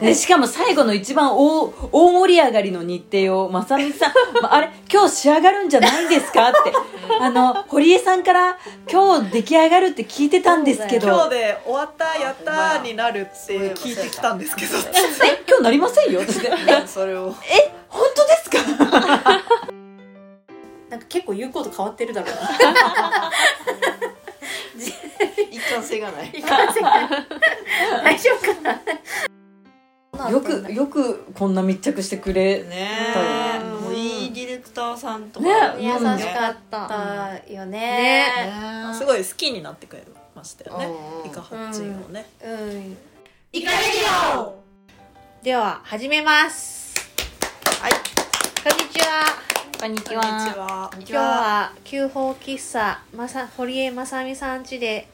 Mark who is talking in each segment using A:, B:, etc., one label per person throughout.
A: でしかも最後の一番大大盛り上がりの日程をまさみさん あれ今日仕上がるんじゃないんですかってあの堀江さんから今日出来上がるって聞いてたんですけど
B: 今日で終わったやったーになるって聞いてきたんですけど
A: え今日なりませんよって
B: それを
A: え本当ですか
C: なんか結構言うこと変わってるだろうな
B: 一貫性がない
C: いかんせん大丈夫かな
A: よくよくこんな密着してくれ
B: ね
C: え
B: もういいディレクターさんとか
A: か
D: 優し
A: ね
D: かった、
C: だったよね
D: ね
B: すごい好きになってくれましたよね
D: うん
B: イカハッチをね
C: うん
D: イカレディオでは始めます
B: はい
D: こんにちは
A: こんに
B: こんにちは
D: 今日は旧宝喫茶まさ堀江正美さん家で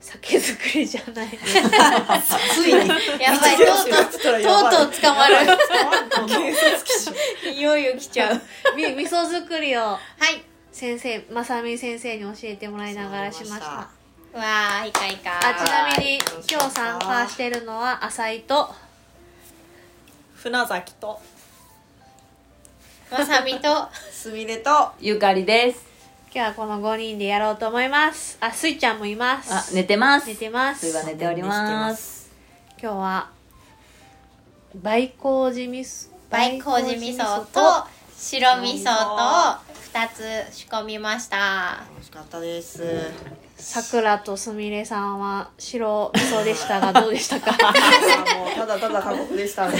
D: 酒造りじゃない
B: ついに
D: やばいとうとう
B: とう
D: とうとう捕まる
B: とう警察機種
C: いよいよ来ちゃう
D: み味噌作りを
C: はい
D: 先生正美先生に教えてもらいながらしました
B: わ
C: わあいかいか
D: あちなみに
B: よろしく
D: 今日参加してるのは浅井と
B: 船崎と
C: わさみ と
B: すみれと
A: ゆかりです
D: 今日はこの5人でやろうと思いますあスイちゃんもいます
A: あ寝てます
D: 寝てます
A: すいは寝ております
D: 今日は梅麹味噌
C: 梅麹味噌と白味噌と2つ仕込みました
B: 美味しかったです
D: さくらとすみれさんは白味噌で したがどうでしたか
E: もうただただ過酷でしたね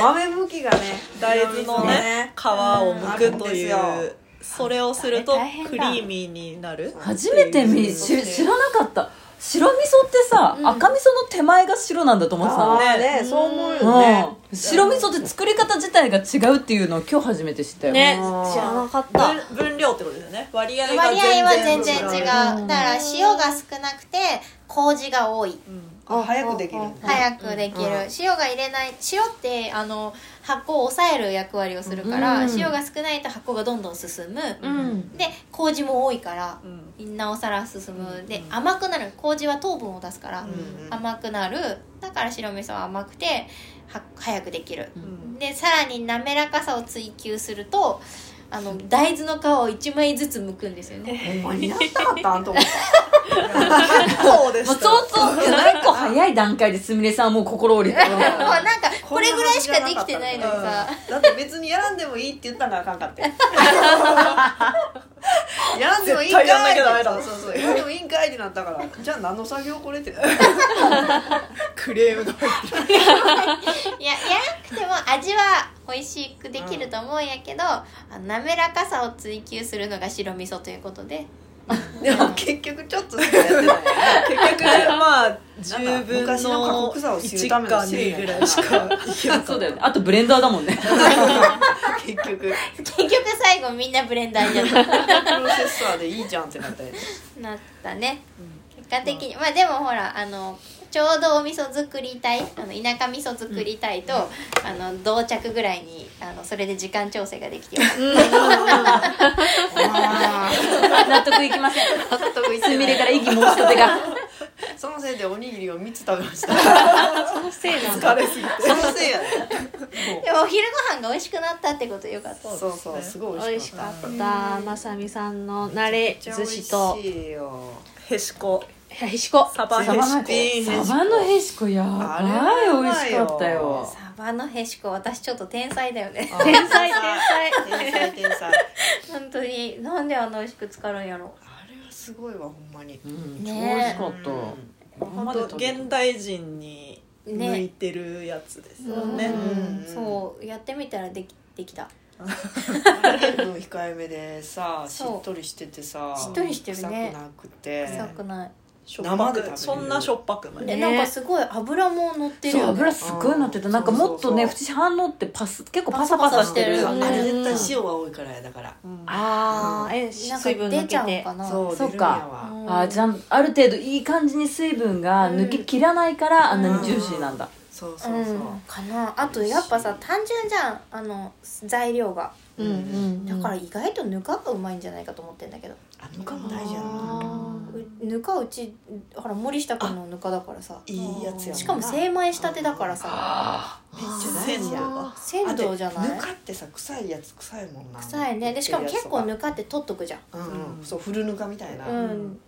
E: 豆むきがね
B: 大豆のね皮を剥くとい
E: あるんです
B: うそれをすると
D: 大変だ
B: クリーミーになる
A: 初めて見
B: うん
A: し知らなかった白味噌ってさ、赤味噌の手前が白なんだと思ってたの
E: あーねそう思うよね
A: うん白味噌って作り方自体が違うっていうのを今日初めて知ったよ
D: ね
E: うん
D: 知らなかった
B: 分分量ってことですよね割合が
C: 割合は全然違うだ
B: う
C: から塩が少なくて麹が多い
B: うん
E: あ早くできる
D: うん
C: 早くできる、
E: うん
C: 塩が入れない塩ってあの発酵を抑える役割をするから、
A: うん
C: 塩が少ないと発酵がどんどん進む、
A: うん
C: で麹も多いから
B: う、ん
C: なおさら進む、
B: うん
C: で甘くなる麹は糖分を出すから、
E: うん
C: 甘くなるだから白味噌は甘くては早くできる、
B: うん
C: でさらに滑らかさを追求するとあの大豆の皮を1枚ずつ剥くんですよね
E: ほんまにやったかったんと思っ
B: そうで
A: もう
B: し
A: そうそう 結構早い段階ですみれさんはもう心折れてる
C: もう なんかこれぐらいしかできてないのにさ
E: ただって別にやらんでもいいって言ったらあかん かってやらんでもいいんかい
B: 絶対やんなきゃダメだ
E: そうそうやらんでもいいんかいってなった からじゃあ何の作業これって
B: クレームが入ってる
C: いややらなくても味は美味しくできると思うんやけど、あの滑らかさを追求するのが白味噌ということで
E: でも結局ちょっとしかやってないよね
B: 結局まあ
E: なん
B: 10
E: か
B: 分
E: 昔の過酷さ
B: の
E: を知るため
B: 1
E: の
B: か
E: 試練
B: 2ぐらいしかいけな か
A: そう
B: っ
A: だよねあとブレンダーだも んね
E: 結局プ
C: 結局最後みんなブレンダーになった
E: ロセッサーでいいじゃんってなったよね
C: なったね結果的にまあでもほらあのちょうどお味噌作りたいあの田舎味噌作りたいと、あの同着ぐらいにあのそれで時間調整ができてよかった
A: 納得いきませんすみれから息申したて が
E: そのせいでおにぎりを3つ食べました
D: そのせいなんだ
B: た疲れすぎて
E: そのせいやね
C: でもお昼ご飯が美味しくなったってことよかった
E: そうそうすごい
D: 美
E: 美
D: 味
E: 味
D: し
E: し
D: か
E: かっ
D: ったまさみさんの慣れ
E: た
D: 寿司と
E: めっちゃ美味しいよ
B: へしこ
D: へし こ
B: サバへ
A: サバの
B: しこ
A: サバのへしこやば
E: あれはう
A: い美味
E: まい
A: し
E: よ
A: かったよ
C: サバのへしこ私ちょっと天才だよね
D: 天才天才
E: 天才天才あ
C: 本当になんであんな美味しく使うんやろ
E: れはすごいわほんまに
A: うん超美
C: ね
A: 味しかっ
E: うん
A: た今まで
B: 本当
A: 食べた
B: 現代人に向いてるやつですよね
C: うん
E: うん
C: そうやってみたらできできた
E: 塩分控えめでさし
C: そう
E: っとりしててさ
C: しっとりしてるね
E: 臭くなくて
C: 臭くない、
B: しょっぱ
E: 生で食べれ
B: く
E: る
B: そんなしょっぱくない
C: で
D: ね
C: なんかすごい油も乗ってる
A: そう
C: よ、ね、
A: 油すっごいなってたなんかもっとね
E: そう
A: 淵反応ってパス結構パサパサしてる
E: うん
C: うん
E: あれ絶対塩が多いからやだから
B: うん
D: ああえ
C: なん
D: 水
C: か
D: 分
C: 出
D: 抜
C: ちゃう
D: けて
C: かな
E: そう
A: そうか
E: 出るんやわ
C: うん
A: あーじゃあある程度いい感じに水分が抜けきらないからあんなにジューシーなんだ
E: そう
C: う
E: そうそうん
C: かなあとやっぱさ単純じゃんあの材料が
D: うんうん
C: だから意外とぬかがうまいんじゃないかと思ってんだけど
B: あぬかも大事やな
D: あ
C: うぬかうちほら森下君のぬかだからさ
B: いいやつやな
C: しかも精米したてだからさ
B: めっちゃ大事やな
C: 鮮
B: あと
C: 度じゃない
B: ぬかってさ臭いやつ臭いもんな
C: 臭いねでしかも結構ぬかって取っとくじゃん
B: うんうんそう古ぬかみたいな、
C: う
B: い
C: ん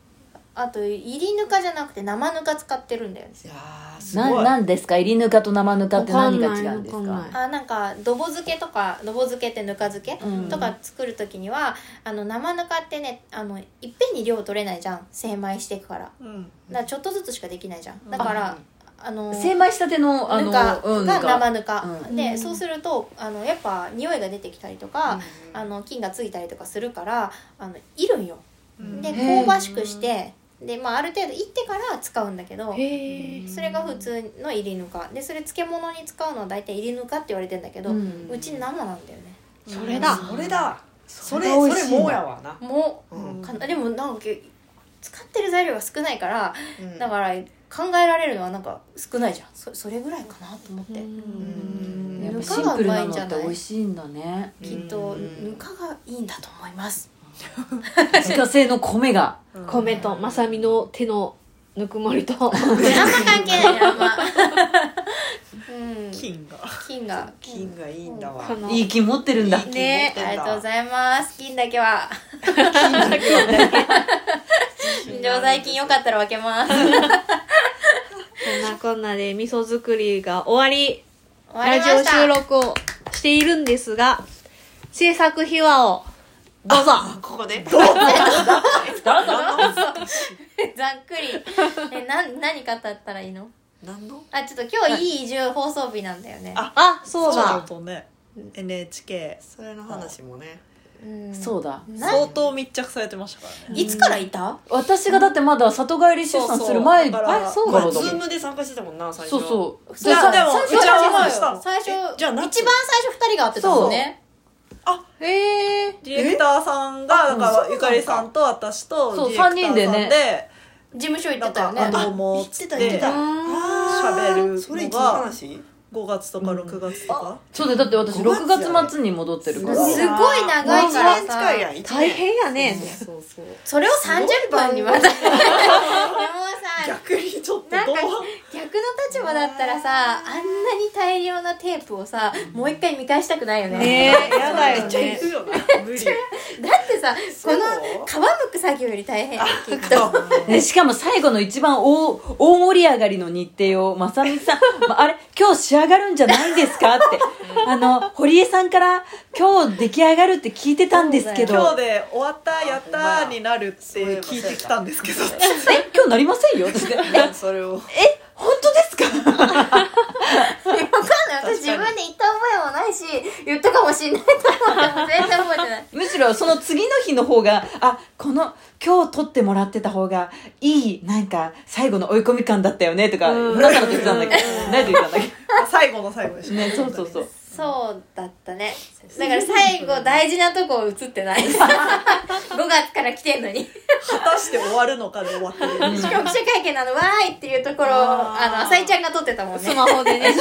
C: あと入りぬかじゃなくて生ぬか使ってるんだよね
B: やーすご
A: ないなんですか入りぬかと生ぬかって何が違うんですか
D: わかんないわかんない
C: あなんかどぼ漬けとかどぼ漬けってぬか漬け、
A: うん
C: とか作る時にはあの生ぬかってねあのいっぺんに量取れないじゃん精米していくからだか
B: うん
C: らちょっとずつしかできないじゃんだからあの
A: 精米したてのあ
C: ぬ
A: の
C: か
A: うん
C: が生
A: ぬか
C: ぬか、
A: う
C: で
D: うん
C: そうするとあのやっぱ匂いが出てきたりとか、
B: うん
C: あの菌がついたりとかするからあのいるんよ
B: うん
C: で
A: へー
C: 香ばしくしてで、まあ、ある程度いってから使うんだけど
D: へえ
C: それが普通の入りぬかでそれ漬物に使うのは大体入りぬかって言われてんだけど、う
A: うん
C: ち生なんだよね
D: それだ
B: それだそ
A: そ
B: れ
A: れ
B: そ
A: 美味
B: れ
A: しいな
B: もうやわな
C: も
B: う
C: うんかなでもなんかけ使ってる材料が少ないから
B: うん
C: だから考えられるのはなんか少ないじゃんそそれぐらいかなと思って、
B: うん
A: やっぱ
C: ぬ
A: シ
C: か
A: ン
C: が
A: プ
C: う
A: ル
C: ま
A: ない
C: ん
A: の
C: じゃ
A: っ
C: な
A: て美
C: い
A: 味しいんだね
C: きっと
B: うん
C: ぬかがいいんだと思います
A: 自家製の米が
D: 米とまさみの手のぬくもり と
C: あんま関係ないなあんまうん
B: 金が
C: 金が
B: 金がいいんだわ
D: この
A: いい気持ってるんだ
B: いい気持ってんだ
D: ね
C: ありがとうございます金だけは 常在菌よかったら分けます終
D: こんなこんなで味噌作りが終わり
C: わ
D: ラ
C: りま
D: ジオ
C: した
D: 収録をしているんですが制作秘話をどうぞ
B: ここでどうぞ
C: ざっくりえな何語ったらいいの
B: 何の
C: あちょっと今日いい移住放送日なんだよね、
B: あ
D: あそう
B: そうだ
D: だ
B: とね NHK それの
A: 話
B: もね
C: うん
A: そうだ
C: な
B: 相当密着されてましたからね
C: いつからいた
A: 私がだってまだ里帰り出産する前
B: そうそうだから
A: あそうだろう
E: ズ
A: だ
E: ー
A: もん
E: ムで参加してたもんな最初
A: そうそう
B: いやでも
A: さ
B: うちは話したの
C: 最初
B: えじゃあ夏
C: 一番最初二人が会ってたもんね
A: へえ
B: ディレクターさんがだからゆかりさんと私と
A: そう
B: ディレクターさん
A: 三人でね
B: で
C: 事務所行
B: な
C: っ
B: ん
C: てた
B: か
C: よね
B: あどうもっ
E: 言って
B: つった
E: 言って
B: て
E: た
B: 喋る
E: それい
B: の
E: つの
B: が
E: 話
B: 5月とか6月とか
A: そうでだって私
E: 五
A: 6
E: 月
A: 月末に戻ってるから
E: すごい
C: すごい長いからさ
E: 一年近いやん一年
D: 大変やね
E: そうそう
C: それを30分にまたでもさ
B: 逆にちょっとど
C: なんか
B: う
C: 逆の立場だったらさあんなに大量なテープをさもう一回見返したくないよね
D: ねえやだよ
B: めっちゃ
D: ね
B: 行くよな無理
C: だってさこの皮むく作業より大変 きっと
A: ね、しかも最後の一番大大盛り上がりの日程をまさみさん、 まあれ今日仕上がるんじゃないんですかってあの堀江さんから今日出来上がるって聞いてたんですけど
B: 今日
A: え
B: で終わったやったーになるって聞いてきたんですけど
A: 今日なりませんよって言って
E: それを
A: 本当ですか
C: わかんない私自分で言った覚えもないし言ったかもしんないと思っても全然覚えてない
A: むしろその次の日の方があこの今日撮ってもらってた方がいいなんか最後の追い込み感だったよねとか
D: うん
A: ふなさんと言ってたんだけどないと言ってたんだけ
B: 最後の最後でし
A: ど
B: ょ
A: ねそうそうそう
C: そうだったねだから最後大事なとこ映ってない5月から来てんのにし
B: 果たして終わるのかで終わってる
C: かも記者会見なのわーいっていうところを
B: あー
C: あの浅井ちゃんが撮ってたもん
D: ス
C: ね
D: マホでね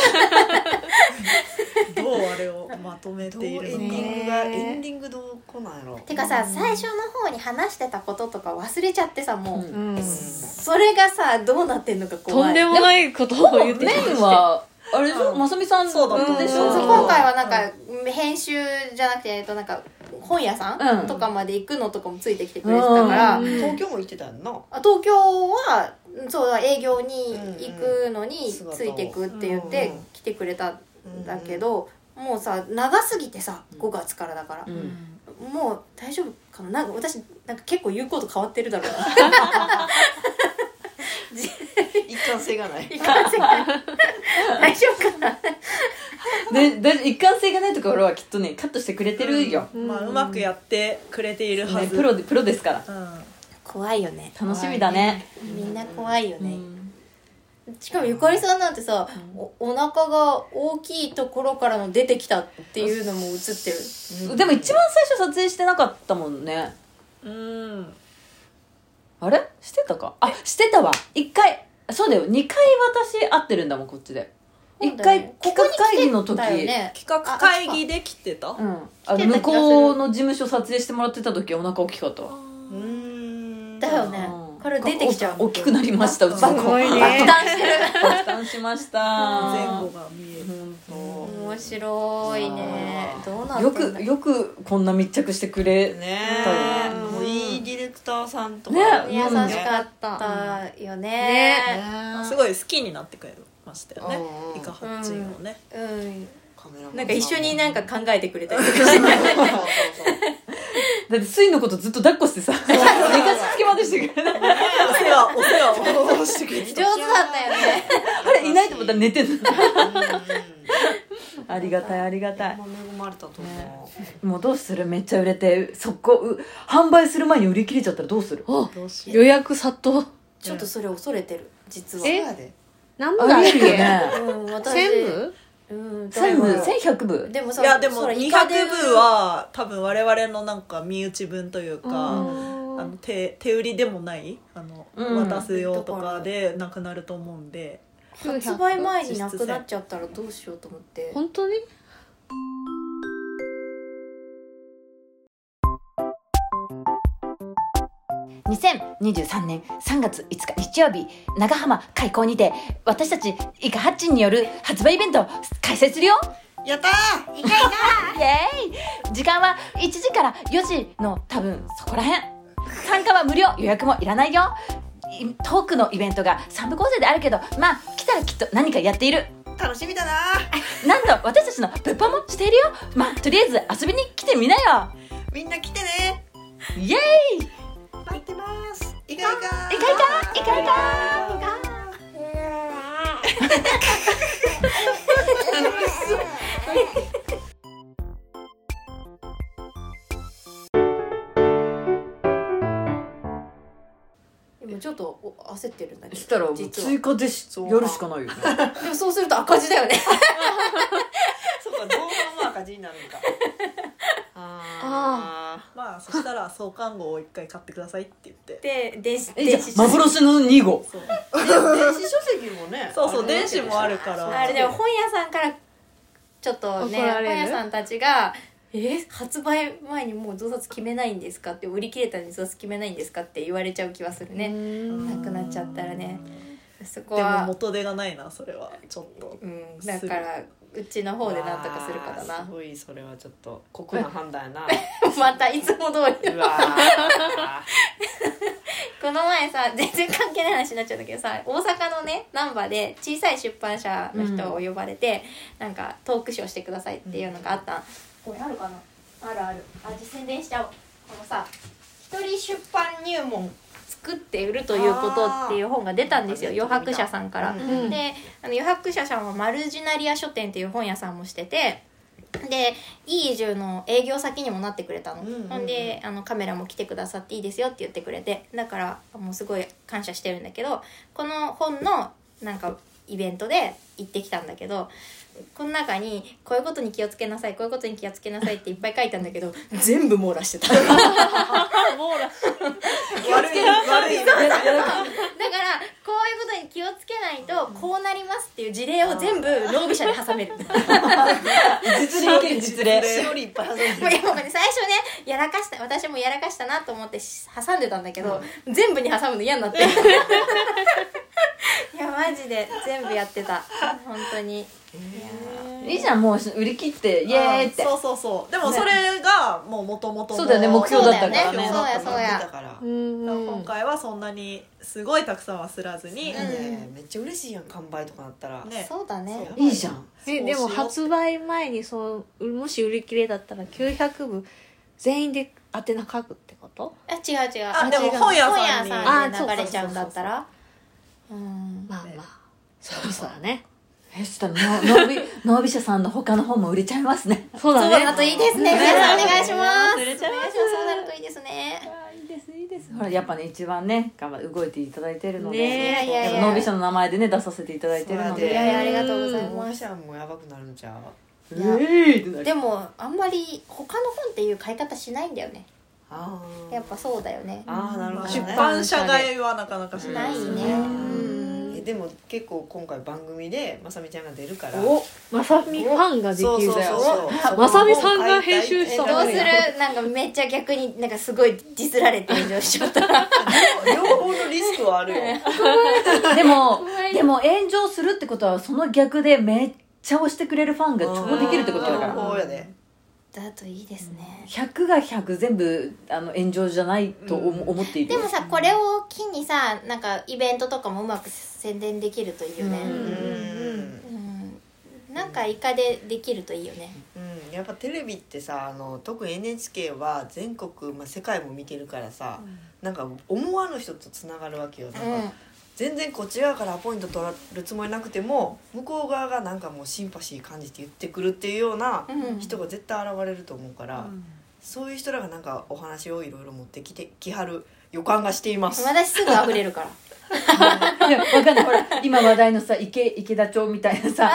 B: どうあれをまとめ
E: ど
B: て
E: うエ
B: い
E: ンデ
B: る
E: ィ
B: のか
E: ングがエンディングどうこなんやろ
C: てかさ最初の方に話してたこととか忘れちゃってさもう、
A: うん
D: うん
C: それがさどうなってんのか怖
D: とん
C: い
D: でもないことを
A: メイ
D: 言って
A: ンはあれでしょまさみさん
B: そうだった
A: でし
C: そう
A: ょ
C: そう
D: うん
C: 今回はなんか、編集じゃなくて、えっと、なんか本屋さ
A: うん
C: んとかまで行くのとかもついてきてくれてたから、
D: うん
E: 東京も行ってたんな
C: あ東京はうんそうだ営業に行くのに
E: うんうん
C: ついてくって言っ
E: う
C: て
E: んうん
C: 来てくれたんだけど、もうさ長すぎてさ5月からだから、
A: うん
C: もう大丈夫かななんか私なんか結構言うこと変わってるだろうな
E: 一貫性がない
C: いかんせん大丈夫かな
A: でで一貫性がないところはきっとねカットしてくれてるよ、
B: うんまあうまくやってくれているは
A: ね、
B: ず
A: プロでプロですから
B: うん
C: 怖いよね
A: 楽しみだね
C: みんな怖いよね、
A: うん
C: しかもゆかりさんなんてさ、おお腹が大きいところからの出てきたっていうのも映ってる
A: でも一番最初撮影してなかったもんね
B: うん
A: あれしてたかあしてたわ一回そうだよ二回私会ってるんだもんこっちで一回
C: こ
A: 企
C: こに
A: 画
C: 来て
A: 会議の時、
C: だよね
B: 企画会議で来てたう
A: うん、あ
C: 来て
A: の向
C: た気がする
A: こうの事務所撮影してもらってた時はお腹大きかったわ
B: ーん
C: だよね
A: うん
C: から出てきちゃう
A: お大きくなりましたうちの
D: す
A: 子
D: ごい
C: 爆
D: ね
C: 弾してる
A: 爆誕しま した
B: 前後が見える
A: 本
C: 面白いねどうな
A: 当
C: って
A: よ
C: んだ
A: くよくこんな密着してくれね
E: ねえ
A: うん
E: もういいディレクターさんとか
A: ね
C: 優し
A: うん
C: かったよね
B: すごい好きになってくれましたよね
E: うんうん
B: イカハッチをね
C: うん
E: カメラマンさ
C: なんか一緒になんか考えてくれたりとか
E: そうそうそう
A: だってスイのことずっと抱っこして さ寝かしつけまでしてくれない
B: お世話お世話をしてくれ
C: 上
B: て
C: 手だったよね
A: あれいないと思ったら寝てるありがたいありがたい
E: まあ恵まれたと思う
A: もうどうするめっちゃ売れて速攻う販売する前に売り切れちゃったらどうする
D: あ予約殺到
C: ちょっとそれ恐れてる実は
D: え
E: そうやで
D: 何部
A: あ
D: だっ
A: りえるよ
D: け
A: ね
C: うん私
D: 千部
C: うんだ
A: 千
C: か
A: 部
C: ら
A: 千百部
C: でもさ
B: いやでも
C: そら
B: 200
C: イカで
B: 部は多分我々のなんか身内分というかあの手手売りでもないあの、
A: うん
B: 渡す用とかでなくなると思うんで
C: 発売前になくなっちゃったらどうしようと思って
D: 本当に
A: 2023年3月5日日曜日長浜開港にて私たちイカハッチンによる発売イベントを開催するよ
E: やったー
A: イエーイ時間は1時から4時の多分そこら辺参加は無料予約もいらないよいトークのイベントが3部構成であるけどまあ来たらきっと何かやっている
E: 楽しみだな
A: なんと私たちの物販もしているよまあとりあえず遊びに来てみなよ
E: みんな来てね
A: イエーイ
E: 待ってますいかいか
A: イカイカイカイカ
C: でもちょっとお焦ってるんだけど
A: したらもう
C: 実は
A: 追加でしやるしかないよね
C: でもそうすると赤字だよね
E: そうか動画も赤字になるの かあ
B: まあそしたら創刊号を1回買ってくださいって言 って
C: で電子
A: えじゃ
C: 電子
A: あ幻の2号
B: そう
E: あ電子書籍もね
B: そうそう電子もあ
E: る
B: るから
C: あれでも本屋さんからちょっとね
D: 怒ら
C: 本
D: れる
C: 屋さんたちが「え発売前にもう増刷決めないんですか?」って「売り切れたのに増刷決めないんですか?」って言われちゃう気はするねなくなっちゃったらねそこ
B: でも
C: は
B: 元手がないなそれはちょっと
C: うんだからうちの方でなんとかするから
E: うわー
C: な
E: すごいそれはちょっと酷な判断やな
C: またいつも通り
E: うわー
C: この前さ全然関係ない話になっちゃうんだけどさ大阪のね難波で小さい出版社の人を呼ばれて、なんかトークショーしてくださいっていうのがあったん、これあるかなあるあるあじゃあ宣伝しちゃおうこのさ「一人出版入門作って売るということ」っていう本が出たんですよ
E: あー
C: 余白者さんから。
E: うん
C: であの余白者さんはマルジナリア書店っていう本屋さんもしてて。でいい移住の営業先にもなってくれたの、
E: うんうんうん
C: ほんであのカメラも来てくださっていいですよって言ってくれてだからもうすごい感謝してるんだけどこの本のなんかイベントで行ってきたんだけどこの中にこういうことに気をつけなさいこういうことに気をつけなさいっていっぱい書いたんだけど全部網羅してただから
B: 悪い悪い
C: こういうことに気をつけないとこうなりますっていう事例を全部ロービ社に挟 める
A: 実例いける実例
E: しおりいっぱい挟んでる
C: もういやもうね最初ねやらかした私もやらかしたなと思ってし挟んでたんだけど、全部に挟むの嫌に なっていやマジで全部やってた本当に
A: いいじゃんもう売り切ってイエーイって
B: そうそうそうでもそれがもう元々の
A: そうだよね目標だったからね
B: 目標だった
C: そうや
E: だから
D: う、ん
B: 今回はそんなにすごいたくさんはすらずに、
C: うん
E: ねめっちゃ嬉しいやん完売とかなったら、
B: ね
C: そうだね
A: いいじゃん
D: えでも発売前にそうもし売り切れだったら900部全員で宛名書くってこと
C: あ違う違う
B: あでも本屋さんに
C: 本屋さんに流れちゃうんだったらうん
D: まあまあそうそうだね
A: えしたらノービノービ社さんの他の本も売れちゃいますね
D: そう
C: そう
D: だね
C: なるといいですね皆さんお願
B: 売れ
C: いします
B: ちゃいます
C: お願いしますそうなるといいですね
A: いいですいいですほらやっぱね一番ね頑張って動いていただいてるので、
D: ねえ
C: いやいやい
A: やっ
C: や
A: ぱノービ社の名前でね出させていただいてるの
E: そう
A: で
E: や
C: いやありがとうござい
E: もう
C: ま
E: ミ
C: す
E: シャンもやばくなるんちゃう
A: え
C: い
A: ー
C: や
A: ってなる
C: でもあんまり他の本っていう買い方しないんだよね
E: あー
C: やっぱそうだよね
E: あーなるほど、ね、
B: 出版社買いはなかなかし
C: ないね
E: うんえでも結構今回番組でまさみちゃんが出るから
B: お
D: まさみファンがで
E: そう
D: き
E: そ
D: る
E: うそうそう
D: まさみさんが編集した
C: どうす
D: え
C: るなんかめっちゃ逆になんかすごいディスられて炎上しちゃった ら
E: 両方のリスクはあるよ
A: でも
C: 怖い
A: でも炎上するってことはその逆でめっちゃ押してくれるファンが超できるってことだか
E: 両
A: ら
E: 方やで
C: だといいですね
A: 100が100全部あの炎上じゃないと思,、思っている
C: でもさこれを機にさなんかイベントとかもうまく宣伝できるといいよね
E: うん
C: うん、なんかイカでできるといいよね
E: うんやっぱテレビってさあの特に NHK は全国、まあ、世界も見てるからさ、なんか思わぬ人とつながるわけよなんか、全然こっち側からアポイント取られるつもりなくても向こう側がなんかもうシンパシー感じて言ってくるっていうような
C: うん、うん、
E: 人が絶対現れると思うから、そういう人らがなんかお話をいろいろ持ってきてきはる予感がしています。
C: 私すぐ溢れるから
A: でもわかんないほら今話題のさ池池田町みたいなさ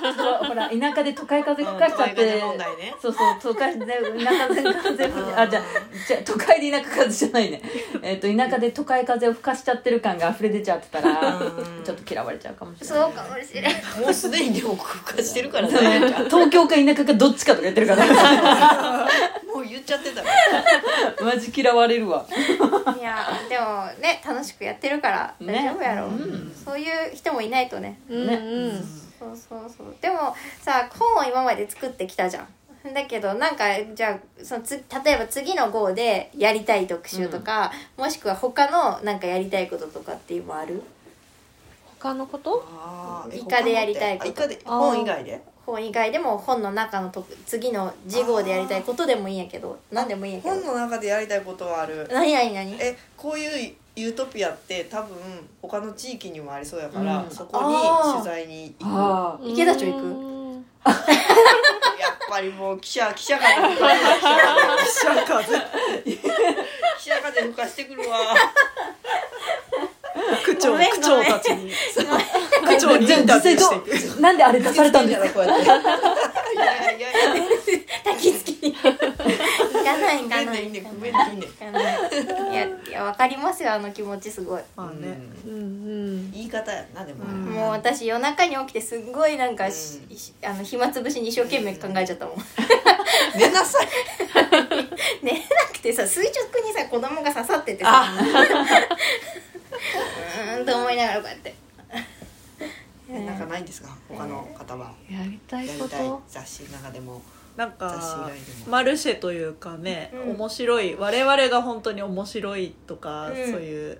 A: 都会風ほら田舎で都会風吹かしちゃっ
E: うん都会
A: て、
E: 風問題ね
A: そうそう都会で田舎で風吹あじゃあじゃあ都会で田舎風じゃないねえっ、と田舎で都会風を吹かしちゃってる感が溢れ出ちゃってたら
E: うん
A: ちょっと嫌われちゃうかもしれない
C: そうかもしれない
E: もうすでにでも空化してるからねなんか
A: 東京か田舎かどっちかとか言ってるから
E: もう言っちゃってたか
A: マジ嫌われるわ
C: いやでもね楽しくやってるから大
A: ね
C: 丈夫やろ、
A: うん
C: そういう人もいないとね
D: うんうん
C: そうそうそうでもさ本を今まで作ってきたじゃんだけどなんかじゃあそのつ例えば次の号でやりたい特集とか、もしくは他のなんかやりたいこととかって今ある
D: 他のこと
E: ら
C: イカでやりたいこと
E: あイカで本以外で
C: 本以外でも本の中のと次の次号でやりたいことでもいいんやけど何でもいいんやけど
E: 本の中でやりたいことはある
C: 何何何
E: えこういうユートピアって多分他の地域にもありそうやから、
A: うん
E: そこ
C: あー
E: に取材に行くや
A: あ
C: 池田町行く
D: く
E: っぱりもう記者記者風吹かしてくるわ
B: 記者風
E: 記者風吹かしてくるわ
B: 区長
C: ごめん
B: 区長たちに区長にインタ
A: 実
B: ビ
A: 際
B: ュー
A: ど
B: していう
A: なんであれ出されたんですか
E: こうやっていやいやいや
C: 焚き付きに行かない行
E: ごめ
C: かな
E: ん
C: い
E: ねいいね
C: 行か
E: ごめんね
C: ない
E: いいね
C: 行かないいやいや分かりますよあの気持ちすごい
B: くまあね
E: うん
D: うん
E: 言い方やなでも、
B: うん
C: もう私夜中に起きてすっごいなんかし、
E: うん
C: しあの暇つぶしに一生懸命考えちゃったもん
E: 寝なさい
C: 寝れなくてさ垂直にさ子供が刺さっててさうーんと思いながらこうやって
E: えなんかないんですか他の方は
D: やりたい
E: や
D: こ
E: りたい
D: と
E: 雑誌の中でも
B: なん
E: 雑誌
B: か
E: 以外でも
B: マルシェというかね、
C: うん
B: 面白い我々が本当に面白いとか、
C: うん
B: そういう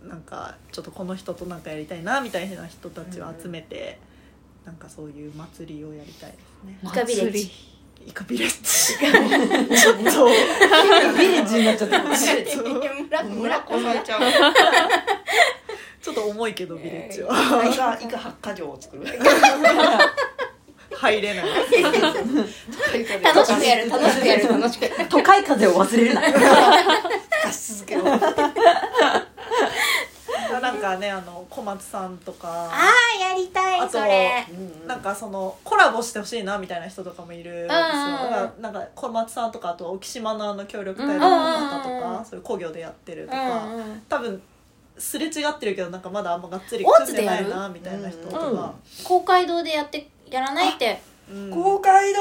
B: なんかちょっとこの人となんかやりたいなみたいな人たちを集めて、なんかそういう祭りをやりたいですね。
C: イカビレッジ
B: イカビレッジちょっと
A: ビレッジになっちゃった
C: 村村子
E: 村
C: さん
E: 越ちゃう
B: ちょっと重いけどビレッジは
E: イカイカ発火錠を作る
B: 入れない
C: 楽しくやる楽しくやる楽しくやる
A: 都会風を忘れるな
E: 出し続けろ
B: なんかねあの小松さんとか
C: ああやりた
B: あ
C: い
B: と
C: それ
B: なんかそのコラボしてほしいなみたいな人とかもいるんですよ、
C: うんうんうん
B: なんか小松さんとかあと沖島のあの協力隊の方と
C: うんうんうんう
B: か
C: ん
B: そういう工業でやってると
C: う
B: か、
C: んうん
B: 多分すれ違ってるけどなんかまだあんまがっつり
C: 大
B: 組
C: 津
B: ん
C: で
B: で
C: や
B: な
C: る
B: いなみたいな人と
A: うん
B: か、
C: 公会堂でやってやらないって
B: うん
E: 公会堂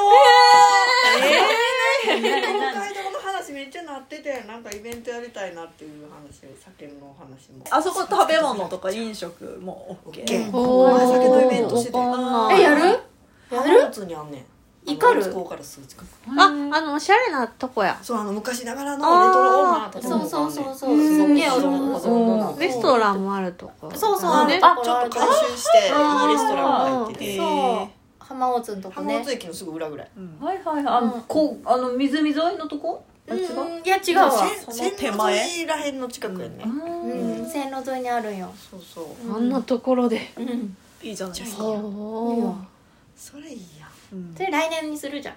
A: 何
E: 公
A: 何
E: 会堂の話めっちゃなっててなんかイベントやりたいなっていう話酒のお話も
B: あそこ食べ物とか飲食も OK,
E: ケー
D: お
E: お酒のイベントしてて
D: わかんない
C: えやる
E: 浜松にあんねん
C: イカル
E: あの向こうから数近く
D: ああのおしゃれなとこや
E: そうあの昔ながらのレトロオーナーとか
C: そ
E: も
C: うそうそうそううすっ
E: すご
C: げ
E: く
C: え
E: お
C: 俺
E: ど
C: も
E: ん
C: そう
E: どんなんか
D: レストランもあるとか
C: そう
E: あ
C: そう
E: ね
C: あ
E: ちょっと回収していいレストランが入って
B: えー
E: て
C: そう浜松のとこ
E: 浜
C: ね
E: 松駅のすぐ裏ぐらい
B: うん
A: はいはいはいあのこうあの湖沿いのとこあ違う
C: うんいや違うわ
E: せん
B: その手前
E: 線路沿いらへんの近くやね
A: うん
C: うん線路沿いにあるんよ
E: そうそう
D: あんなところで
C: うん
B: いいじゃないですか
E: じゃあいいや
D: おー
E: それいいや
B: うん
C: そ、れ来年にするじゃん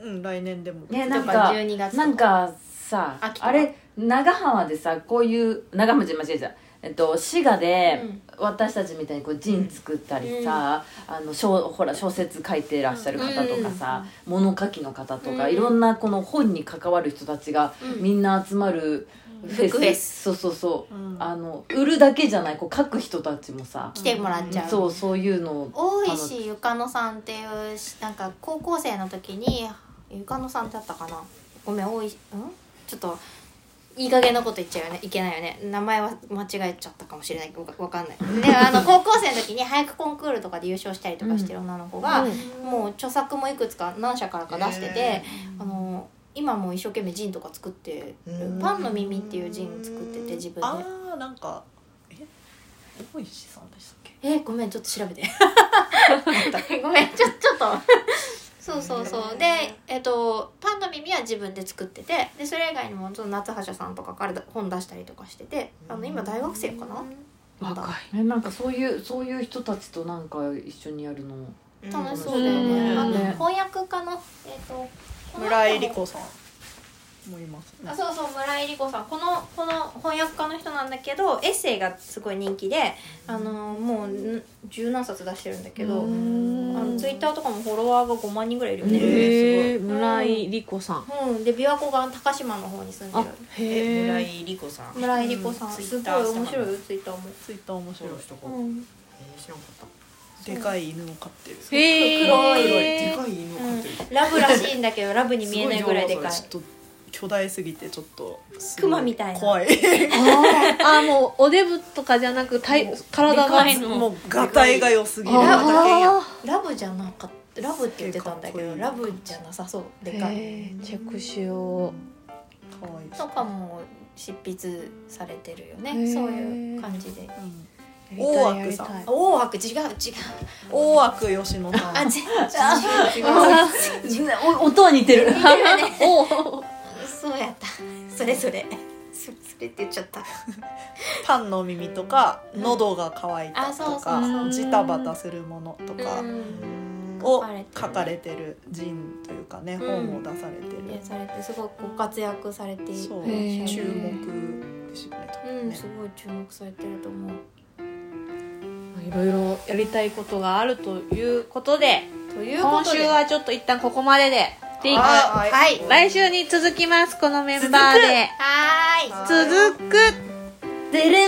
B: うん、来年でも
A: ね
C: と
A: なん
C: か
A: か
C: 12月とか
A: なんかさ
C: 秋とか
A: あれ長浜でさこういう長浜じゃ間違えたえっと滋賀で
C: うん
A: 私たちみたいにこう陣作ったりさ、あの小ほら小説書いてらっしゃる方とかさ、物書きの方とか、
C: うん
A: いろんなこの本に関わる人たちが
C: うん
A: みんな集まる
C: フェス
A: フェスそうそうそう、
B: うん
A: あの売るだけじゃないこう書く人たちもさ、
C: 来てもらっちゃう、
A: そうそういうのを
C: 大石ゆかのさんっていうしなんか高校生の時にゆかのさんだったかなごめん大石んちょっといい加減なこと言っちゃうよねいけないよね名前は間違えちゃったかもしれないけどわわかんないで あの高校生の時に俳句コンクールとかで優勝したりとかしてる女の子が、もう著作もいくつか何社からか出してて、
E: へ
C: あの今もう一生懸命ジンとか作ってる
E: うん
C: パンの耳っていうジン作ってて自分で
B: ああなんかえ大石さんでしたっけ
C: えごめんちょっと調べて ごめんちょちょ っとそうそうそうでえっとパンの耳は自分で作っててでそれ以外にもその夏葉社さんとかから本出したりとかしててあの今大学生かなまだ
A: 若いえなんかそういうそういう人たちとなんか一緒にやるの
C: 楽しそうだよね
A: うん
C: あの
A: ね
C: 翻訳家のえっとこの人も
B: 村井理子さんもいますね
C: あそうそう村井理子さんこのこの翻訳家の人なんだけどエッセイがすごい人気であのもうん十何冊出してるんだけどあのツイッターとかもフォロワーが5万人ぐらいいるよね、
D: へえ
C: すごい
D: 村井理子さん
C: うん、で琵琶湖が高島の方に住んで
D: あ
C: る
D: へ
E: え
D: え
E: 村井理子さん
C: 村井理子さん、
E: うん
C: すごい
E: Twitter
C: 面白いよツイッターも、
B: ツイッター面
E: フ
B: 白い
E: ォローしとこう、
C: う
E: え
C: ん、
E: ー知らんかった
B: でかい犬を飼ってる
D: へ
C: 黒い
E: で
D: い
E: かい犬を飼ってる、
C: ラブらしいんだけどラブに見えないぐらいでかい
E: す
B: ちょっと巨大すぎてちょっとすご
C: 熊みたいな
B: 怖い
D: あーもうおでぶとかじゃなく体体が
B: もうガタイが良すぎる
D: あ
C: ラブじゃなかったラブって言ってたんだけど
B: すっげえか
C: ラ
B: っこいい
C: ブじゃなさそう
D: ー
C: でかい
D: へーチェックしよ
B: 可愛い
C: とかも執筆されてるよ
D: へ
C: ね
D: ー
C: そういう感じで
B: うん
D: うやりたい
B: 大
D: や
B: 悪
D: り
B: さん
D: たい
C: 大悪違う違う
B: 大悪吉野さん
C: あ違う違う違
A: お音は似て る
C: うそうやったそれそれそそれって言っちゃった
B: パンの耳とか喉が渇いた
C: あそ
B: と
C: うそう
B: か
D: そう
B: ジタバタするものとか
C: うん
B: を
C: 書
B: 書
C: か
B: か
C: れ
B: れてる人というかね
C: う
B: 本
C: ん
B: を出されてる
C: でされてすごくご活躍されている
B: そう
D: へー
B: 注目ですよね多
C: う
B: 分
C: ん、
B: ね
C: すごい注目されてると思う。
D: いろいろやりたいことがあるということで
C: というこ
D: 今
C: と
D: 週
C: で、
D: はちょっと一旦ここまででで
B: は
C: はいい、
D: 来週に続きますこのメンバーで
C: はーい。
D: 続く
A: でれん